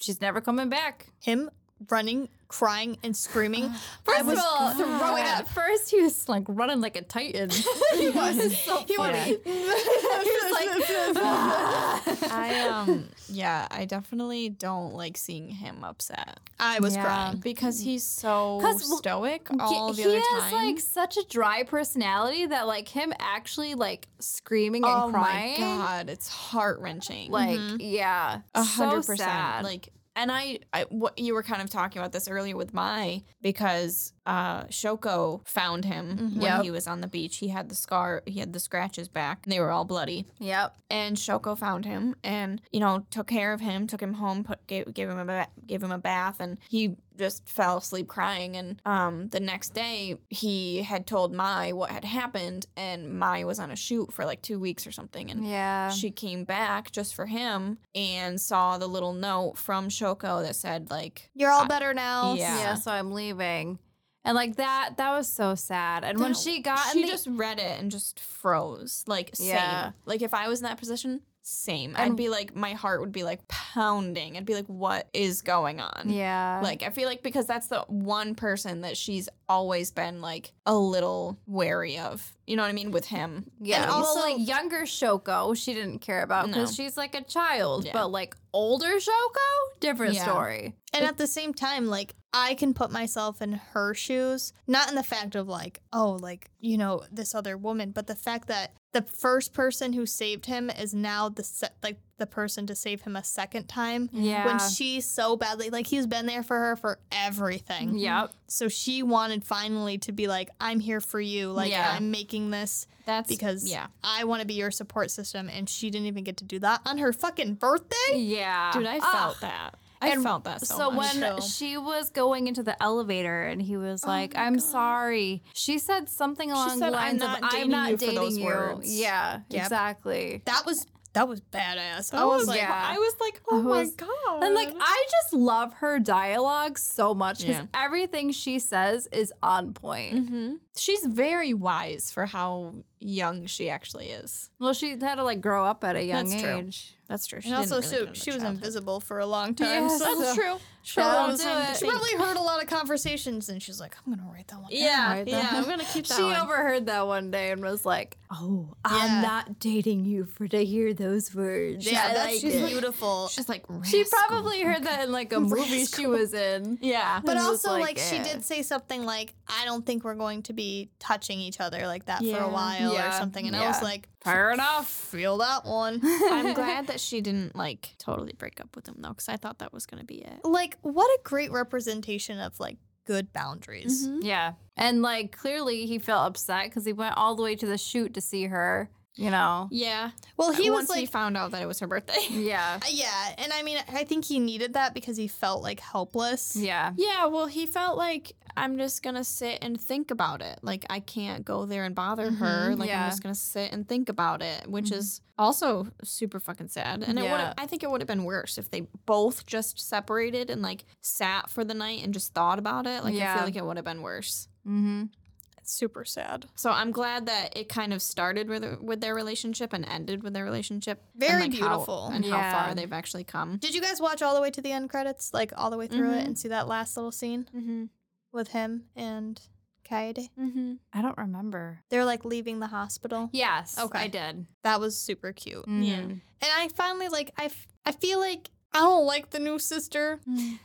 she's never coming back. him running, crying, and *gasps* screaming. I was throwing up. At first, he was like running like a titan. *laughs* he *laughs* was so He would- funny. *laughs* I um, yeah, I definitely don't like seeing him upset um, I was Yeah. crying. because he's so 'Cause, well, stoic all he the other has time. like such a dry personality that like him actually like screaming and oh my crying. god, it's Mm-hmm. heart wrenching. Like yeah, A hundred so percent. sad. Like, and I, I, what you were kind of talking about this earlier with Mai because uh Shoko found him when Mm-hmm. Yep. he was on the beach. He had the scar, he had the scratches back, and they were all bloody. yep. And Shoko found him, and you know, took care of him, took him home, put gave, gave him a ba- gave him a bath, and he just fell asleep crying. And um, the next day, he had told Mai what had happened, and Mai was on a shoot for like two weeks or something, and Yeah. she came back just for him and saw the little note from Shoko that said like You're all better now. Yeah. yeah. So I'm leaving, and like that. That was so sad. And when That- she got she in the just read it and just froze like Yeah. same like if I was in that position same I'd And- be like my heart would be like pounding I'd be like what is going on yeah, like I feel like because that's the one person that she's always been like a little wary of you know what I mean with him Yeah, And well, also- like younger Shoko, she didn't care about because No. she's like a child. Yeah. But like older Shoko, different Yeah. story. And at the same time, like I can put myself in her shoes, not in the fact of like, oh, like, you know, this other woman, but the fact that the first person who saved him is now the se- like the person to save him a second time Yeah. when she so badly like he's been there for her for everything. yep. So she wanted finally to be like, I'm here for you. Like Yeah. I'm making this that's because yeah I want to be your support system, and she didn't even get to do that on her fucking birthday. Yeah. dude I Ah. felt that I And felt that so, So, much. Oh when So- she was going into the elevator and he was like, "I'm sorry," she said something along said, the "I'm lines not of "I'm dating not you for dating those you." words. Yeah, Yep. exactly. That was that was badass. I was like, Oh, yeah. I was like, oh I my was- god. And like I just love her dialogue so much because Uh. Yeah. everything she says is on point. hmm she's very wise for how young she actually is. Well, she had to like grow up at a young That's true. age. That's true. and also so she was invisible for a long Yeah, time. *laughs* so that's True. She, That probably, won't do she it. probably heard a lot of conversations, and she's like, I'm gonna write that one. down." Yeah, Right, yeah. though. I'm gonna *laughs* keep that she one. overheard that one day and was like, "Oh, Yeah. I'm not dating you for to hear those words." yeah, I that's like it. beautiful. She's like, She "Rascal." probably heard that in like a movie she was in. Yeah. But was also, like, like, she eh. did say something like, "I don't think we're going to be touching each other like that for a Yeah. while or Yeah. something," and I was Yeah. like, Fair enough. "Feel that *laughs* one." *laughs* I'm glad that she didn't like totally break up with him though, because I thought that was gonna be it. like what a great representation of like good boundaries Mm-hmm. Yeah. And like clearly he felt upset because he went all the way to the shoot to see her. you know? Yeah. Well, he Once was like, we found out that it was her birthday. Yeah. yeah, and I mean, I think he needed that because he felt like helpless. Yeah. yeah, well, he felt like I'm just gonna sit and think about it. Like I can't go there and bother her. Like yeah. I'm just gonna sit and think about it, which is also super fucking sad. And it Yeah. would I think it would have been worse if they both just separated and like sat for the night and just thought about it. Like I Yeah. feel like it would have been worse. Mm-hmm. Super sad. So I'm glad that it kind of started with with their relationship and ended with their relationship. and, Very like, how- beautiful. and Yeah. how far they've actually come. Did you guys watch all the way to the end credits, like all the way through it, Mhm. and see that last little scene Mm-hmm. with him and Kaede? Mm-hmm. I don't remember. They're like leaving the hospital. Yes. Okay. I did. That was super cute. Mm-hmm. Mhm. And I finally like I, f- I feel like I don't like the new sister.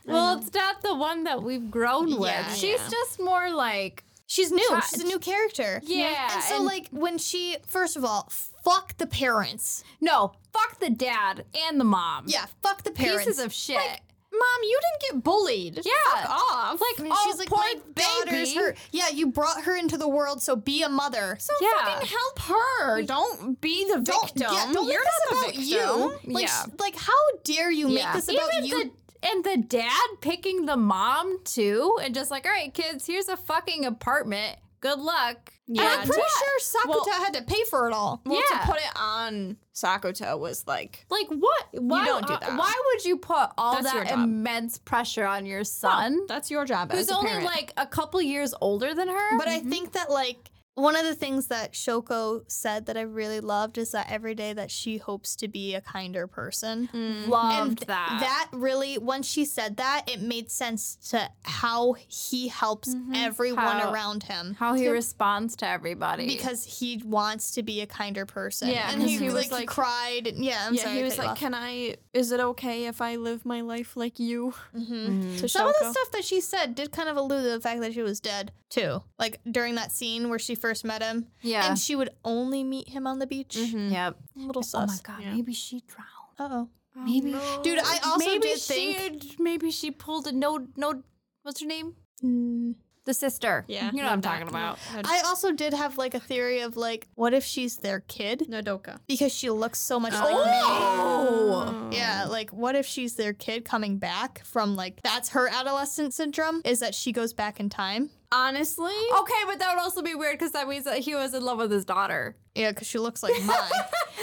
Well, it's not the one that we've grown Yeah, with. She's yeah. just more like She's new. Child. She's a new character. yeah. And so like when she first of all, fuck the parents. no, fuck the dad and the mom. Yeah, fuck the parents. pieces of shit. Mom, you didn't get bullied. yeah, Off. Like, And oh, she's like, poor my daughter's baby. her. Yeah, you brought her into the world, so be a mother. So yeah. help her. Don't be the don't, victim. yeah, don't You're not make the this about victim. you. Like, Yeah. s- like how dare you Yeah. make this about Even you? the and the dad picking the mom too, and just like, all right, kids, here's a fucking apartment. Good luck. And Yeah, I'm pretty sure Sakuta well- had to pay for it all. Well, Yeah. to put it on Sakuta was like, Like what? Why, don't do uh, that. Why would you put all That's your that job. immense pressure on your son, that's your job. who's as a only parent. like a couple years older than her? But I think that like one of the things that Shoko said that I really loved is that every day that she hopes to be a kinder person. Mm, loved And that really, once she said that, it made sense to how he helps everyone How- around him. how he responds to everybody. because he wants to be a kinder person. Yeah, and 'cause he, he was like, he like- cried. And, yeah, I'm yeah, sorry. he I was cut you like, off. "Can I? Is it okay if I live my life like you?" Mm-hmm. To Some of the Shoko. stuff that she said did kind of allude to the fact that she was dead too. Like during that scene where she first met him, yeah, and she would only meet him on the beach. yep. Little Oh sus. God, maybe she drowned. Uh oh. Maybe, Dude, I also maybe did she, think. maybe she pulled a no, no. What's her name? Mm, The sister. Yeah, you know what I'm not talking about. I also did have like a theory of like, what if she's their kid Nodoka. because she looks so much like Oh! me? Yeah, like what if she's their kid coming back from like that's her adolescent syndrome is that she goes back in time? Honestly, Okay, but that would also be weird because that means that he was in love with his daughter. Yeah, because she looks like mine.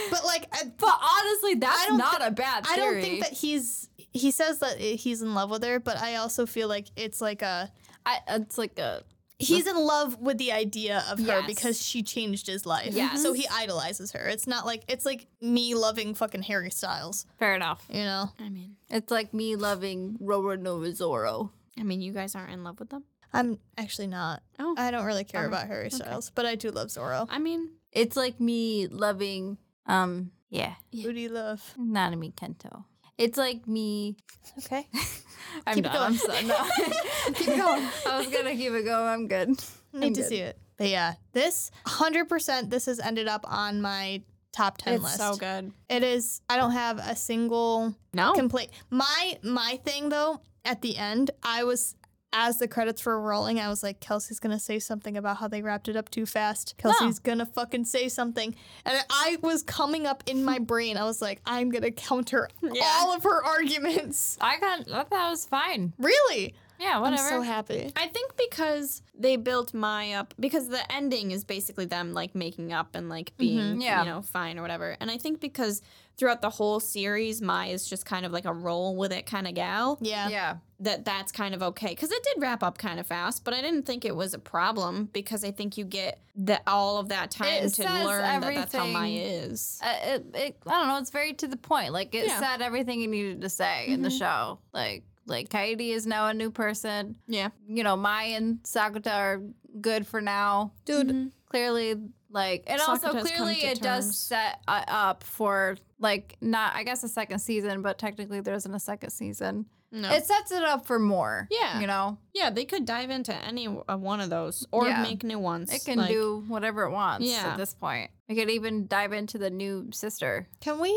but like, I, But honestly, that's I don't not thi- a bad I theory. don't think that he's he says that he's in love with her, but I also feel like it's like a I, it's like a he's in love with the idea of her Yes. because she changed his life. Yes. So he idolizes her. It's not like it's like me loving fucking Harry Styles, fair enough. you know. I mean, It's like me loving Roro Novazoro. I mean, you guys aren't in love with them. I'm actually not. Oh. I don't really care about Harry Styles, but I do love Zorro. I mean, It's like me loving um yeah, Booty love. Nanami Kento. It's like me. *laughs* Okay. I'm Keep it done. I'm going. sorry. *laughs* No. keep going. I was gonna keep it going. I'm good. Need to see it. But yeah, this 100% this has ended up on my top 10 it's list. so good. Oh. It is I don't have a single No, complaint. My my thing though, at the end, I was as the credits were rolling, I was like, Kelsey's gonna say something about how they wrapped it up too fast. Kelsey's gonna fucking say something. And I was coming up in my brain. I was like, I'm gonna counter all of her arguments. *laughs* I got. I thought that was fine. Really? Yeah, whatever. I'm so happy. I think because they built Mai up because the ending is basically them like making up and like being Mm-hmm, Yeah. you know fine or whatever. And I think because throughout the whole series, Mai is just kind of like a roll with it kind of gal. Yeah. yeah. That that's kind of okay because it did wrap up kind of fast, but I didn't think it was a problem because I think you get that all of that time It to says learn that that's how Mai everything. is. Uh, it, it, I don't know. It's very to the point. Like it Yeah. Mm-hmm. said everything it needed to say in the show. Like like Kaede is now a new person. Yeah, You know, Mai and Sakuta are good for now. Dude, Clearly, like and also Sakuta's come clearly to it does terms. set uh, up for like not I guess a second season, but technically there isn't a second season. no, It sets it up for more. Yeah. you know, yeah. They could dive into any w- uh, one of those or Yeah. make new ones. it can like- do whatever it wants. Yeah. at this point, we could even dive into the new sister. Can we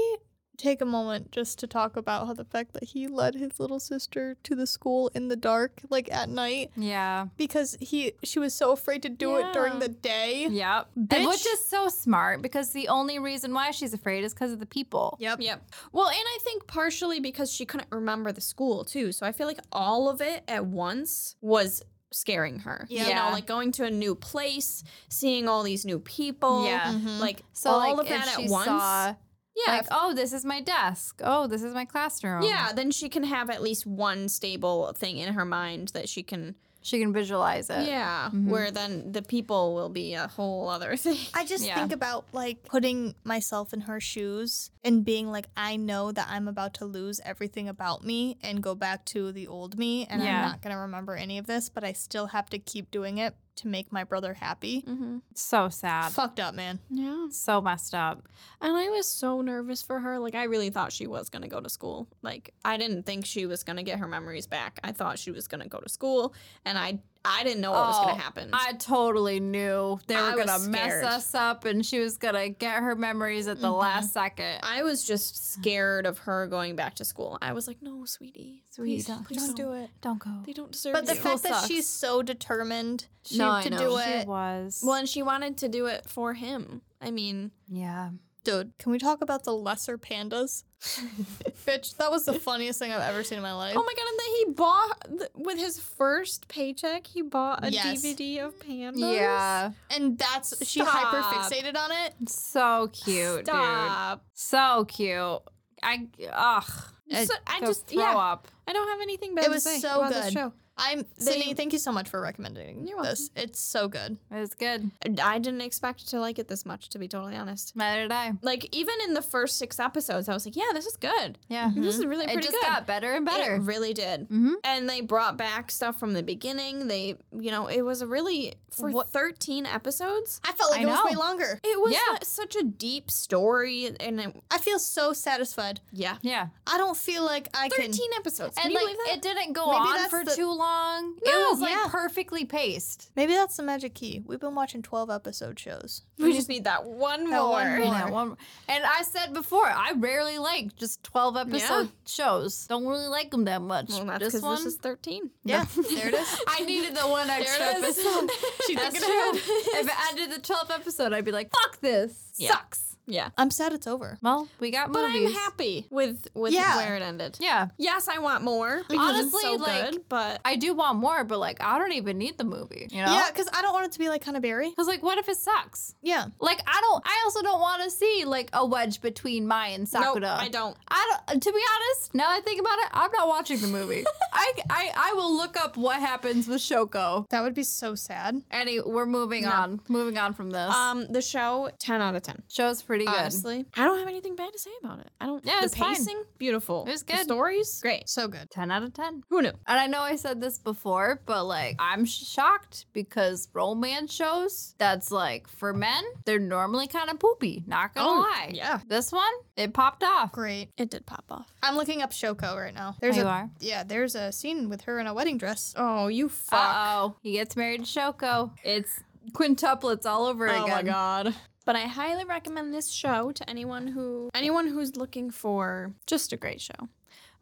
take a moment just to talk about how the fact that he led his little sister to the school in the dark, like at night, Yeah. because he she was so afraid to do it during the day. Yep. *laughs* Bitch. And which is so smart because the only reason why she's afraid is because of the people. Yep. Yep. Well, and I think partially because she couldn't remember the school too. So I feel like all of it at once was scaring her. You Yeah. know, like going to a new place, seeing all these new people. Mm-hmm. Yeah. Mm-hmm. Like So all like of if that at she once. saw, yeah. like, oh, this is my desk. Oh, this is my classroom. yeah, then she can have at least one stable thing in her mind that she can She can visualize it. Yeah, mm-hmm. where then the people will be a whole other *laughs* thing. I just Yeah. think about like putting myself in her shoes and being like, I know that I'm about to lose everything about me and go back to the old me, and Yeah. I'm not gonna remember any of this, but I still have to keep doing it to make my brother happy. Mm-hmm. So sad. Fucked up, man. Yeah. So messed up. And I was so nervous for her. Like, I really thought she was going to go to school. Like, I didn't think she was going to get her memories back. I thought she was going to go to school, and I I didn't know what was going Oh, to happen. I totally knew they I were was gonna mess scared. us up, and she was gonna get her memories at the last second. I was just scared of her going back to school. I was like, no, sweetie. Sweetie, please, don't- please don't do it. Don't go. They don't deserve But the you. fact that sucks. she's so determined she, No, I to know. do She it. She was. well, and she wanted to do it for him. I mean, yeah. Dude, can we talk about the lesser *laughs* pandas? Bitch, that was the funniest thing I've ever seen in my life. oh my god! And then he bought th- with his first paycheck. He bought a Yes. DVD of pandas. Yeah. and that's she Stop. hyper fixated on it. So cute, dude. Stop. So cute. I ugh. So- I go just throw yeah. up. I don't have anything bad It to was say so about this good. show. I'm Sydney. Thank you so much for recommending You're this. It's so good. It was good. I didn't expect to like it this much, to be totally honest. Neither did I. Like even in the first six episodes, I was like, "Yeah, this is good. Yeah. Mm-hmm. This is really It Mm-hmm. pretty just good." got better and better. It really did. Mhm. And they brought back stuff from the beginning. They, you know, it was a really for thirteen episodes. I felt like I it was way know. longer. It was Yeah. like such a deep story, and it, I feel so satisfied. yeah, yeah. I don't feel like I can. thirteen episodes. Can And you like believe that? it didn't go Maybe on that's for the- too long. No, it was like yeah. perfectly paced. Maybe that's the magic key. We've been watching twelve episode *laughs* shows. we just need that one That more. one more. Yeah, one- and I said before, I rarely like just twelve episode shows. Don't really like them that much. Well, that's But this 'cause one, this is thirteen. *laughs* Yeah, there it is. *laughs* I needed the one extra episode. She That's thinking true. ahead. if it ended the twelfth episode, I'd be like, "Fuck this, Yeah. sucks." Yeah, I'm sad it's over. Well, we got but movies. I'm happy with with Yeah. where it ended. Yeah, Yes, I want more. Because Honestly, Honestly, so like- good, but I do want more, but like, I don't even need the movie. You know? Yeah, because I don't want it to be like Hannah Berry. Because like, what if it sucks? Yeah, Like, I don't. I also don't want to see like a wedge between Mai and Sakura. nope, I don't. I don't, to be honest, now that I think about it, I'm not watching the *laughs* movie. I, I, I will look up what happens with Shoko. that would be so sad. Any, we're moving on. Moving on from this. Um, the show ten out of ten. Show's pretty good. Honestly, I don't have anything bad to say about it. I don't. Yeah, the it's fine. pacing beautiful. It was The good. stories great. So good. 10 out of 10. Who knew? And I know I said this before, but like, I'm sh- shocked because romance shows that's like for men, they're normally kind of poopy. Not gonna Oh, lie. yeah. This one, it popped off. Great. It did pop off. I'm looking up Shoko right now. There's Oh, you a are? yeah. There's a scene with her in a wedding dress. Oh, you fuck! Uh oh. He gets married to Shoko. It's quintuplets all over again. Oh god. But I highly recommend this show to anyone who anyone who's looking for just a great show.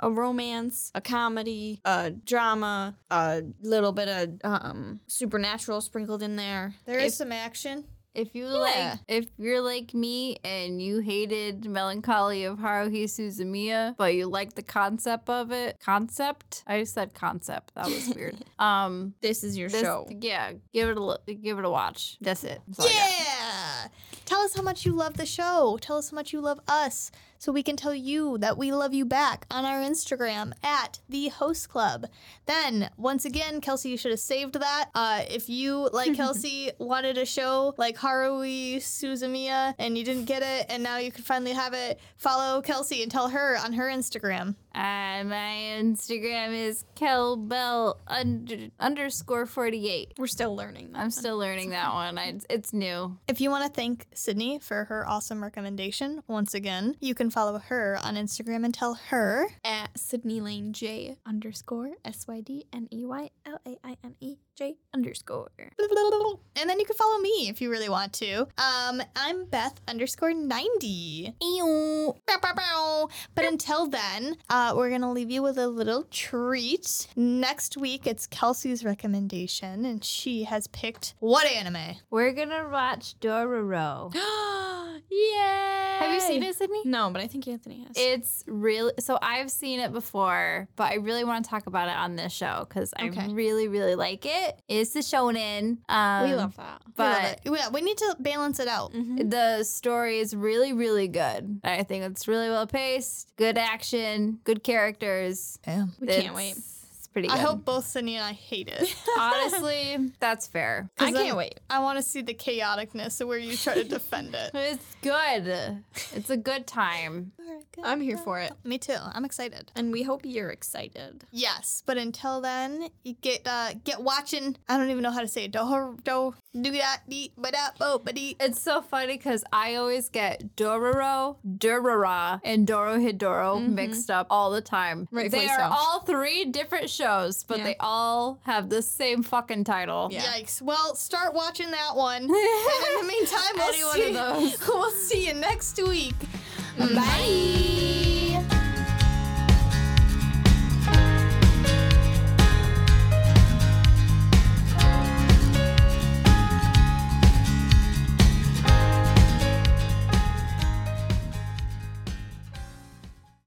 A romance, a comedy, a drama, a little bit of um, supernatural sprinkled in there. There is some action. If you like, if you're like me and you hated Melancholy of Haruhi Suzumiya, but you like the concept of it, concept. I just said concept. That was weird. *laughs* um, This is your this, show. *gasps* yeah, give it a look, give it a watch. That's it. Oh, That's all I got. Yeah. Tell us how much you love the show. Tell us how much you love us so we can tell you that we love you back on our Instagram at the host club. Then, once again, Kelsey, you should have saved that. Uh, if you, *laughs* like Kelsey, wanted a show like Harui Suzumiya and you didn't get it and now you can finally have it, follow Kelsey and tell her on her Instagram. Uh, my Instagram is kelbell under, underscore forty eight. We're still learning. I'm still learning that one. I, it's new. If you want to thank Sydney for her awesome recommendation, once again, you can follow her on Instagram and tell her. At Sydney Lane J underscore S Y D N E Y L A I N E J underscore. And then you can follow me if you really want to. Um, I'm Beth underscore 90. Ew. Bow, bow, bow. But until then, uh, we're going to leave you with a little treat. Next week, it's Kelsey's recommendation, and she has picked what anime? We're gonna watch Dororo. yeah. Have you seen it, Sydney? No, but I think Anthony has. It's really so I've seen it before, but I really want to talk about it on this show because I Okay. really, really like it. It's the shonen. Um, we love that. We love But Mm-hmm. it. yeah, we need to balance it out. Mm. the story is really, really good. I think it's really well paced, good action, good characters. Damn. We can't It's- wait. It's pretty good. I *laughs* hope both Sydney and I hate it. *laughs* Honestly, that's fair. 'Cause I can't I'm- wait. I want to see the chaoticness of where you try to *laughs* defend it. It's good. It's a good time. I'm here for it. Me too. I'm excited. And we hope you're excited. Yes, but until then, you get uh get watching. I don't even know how to say it. Do do do that dee ba da bo ba dee. It's so funny because I always get Dororo, Durara, and Doro Hidoro mixed up all the time. Mm-hmm. Rightfully they are so. all three different shows, but Yeah. they all have the same fucking title. Yikes. Well, start watching that *laughs* one. and in the meantime, *laughs* we'll Any one of see, those. we'll see you next week. *laughs* Bye.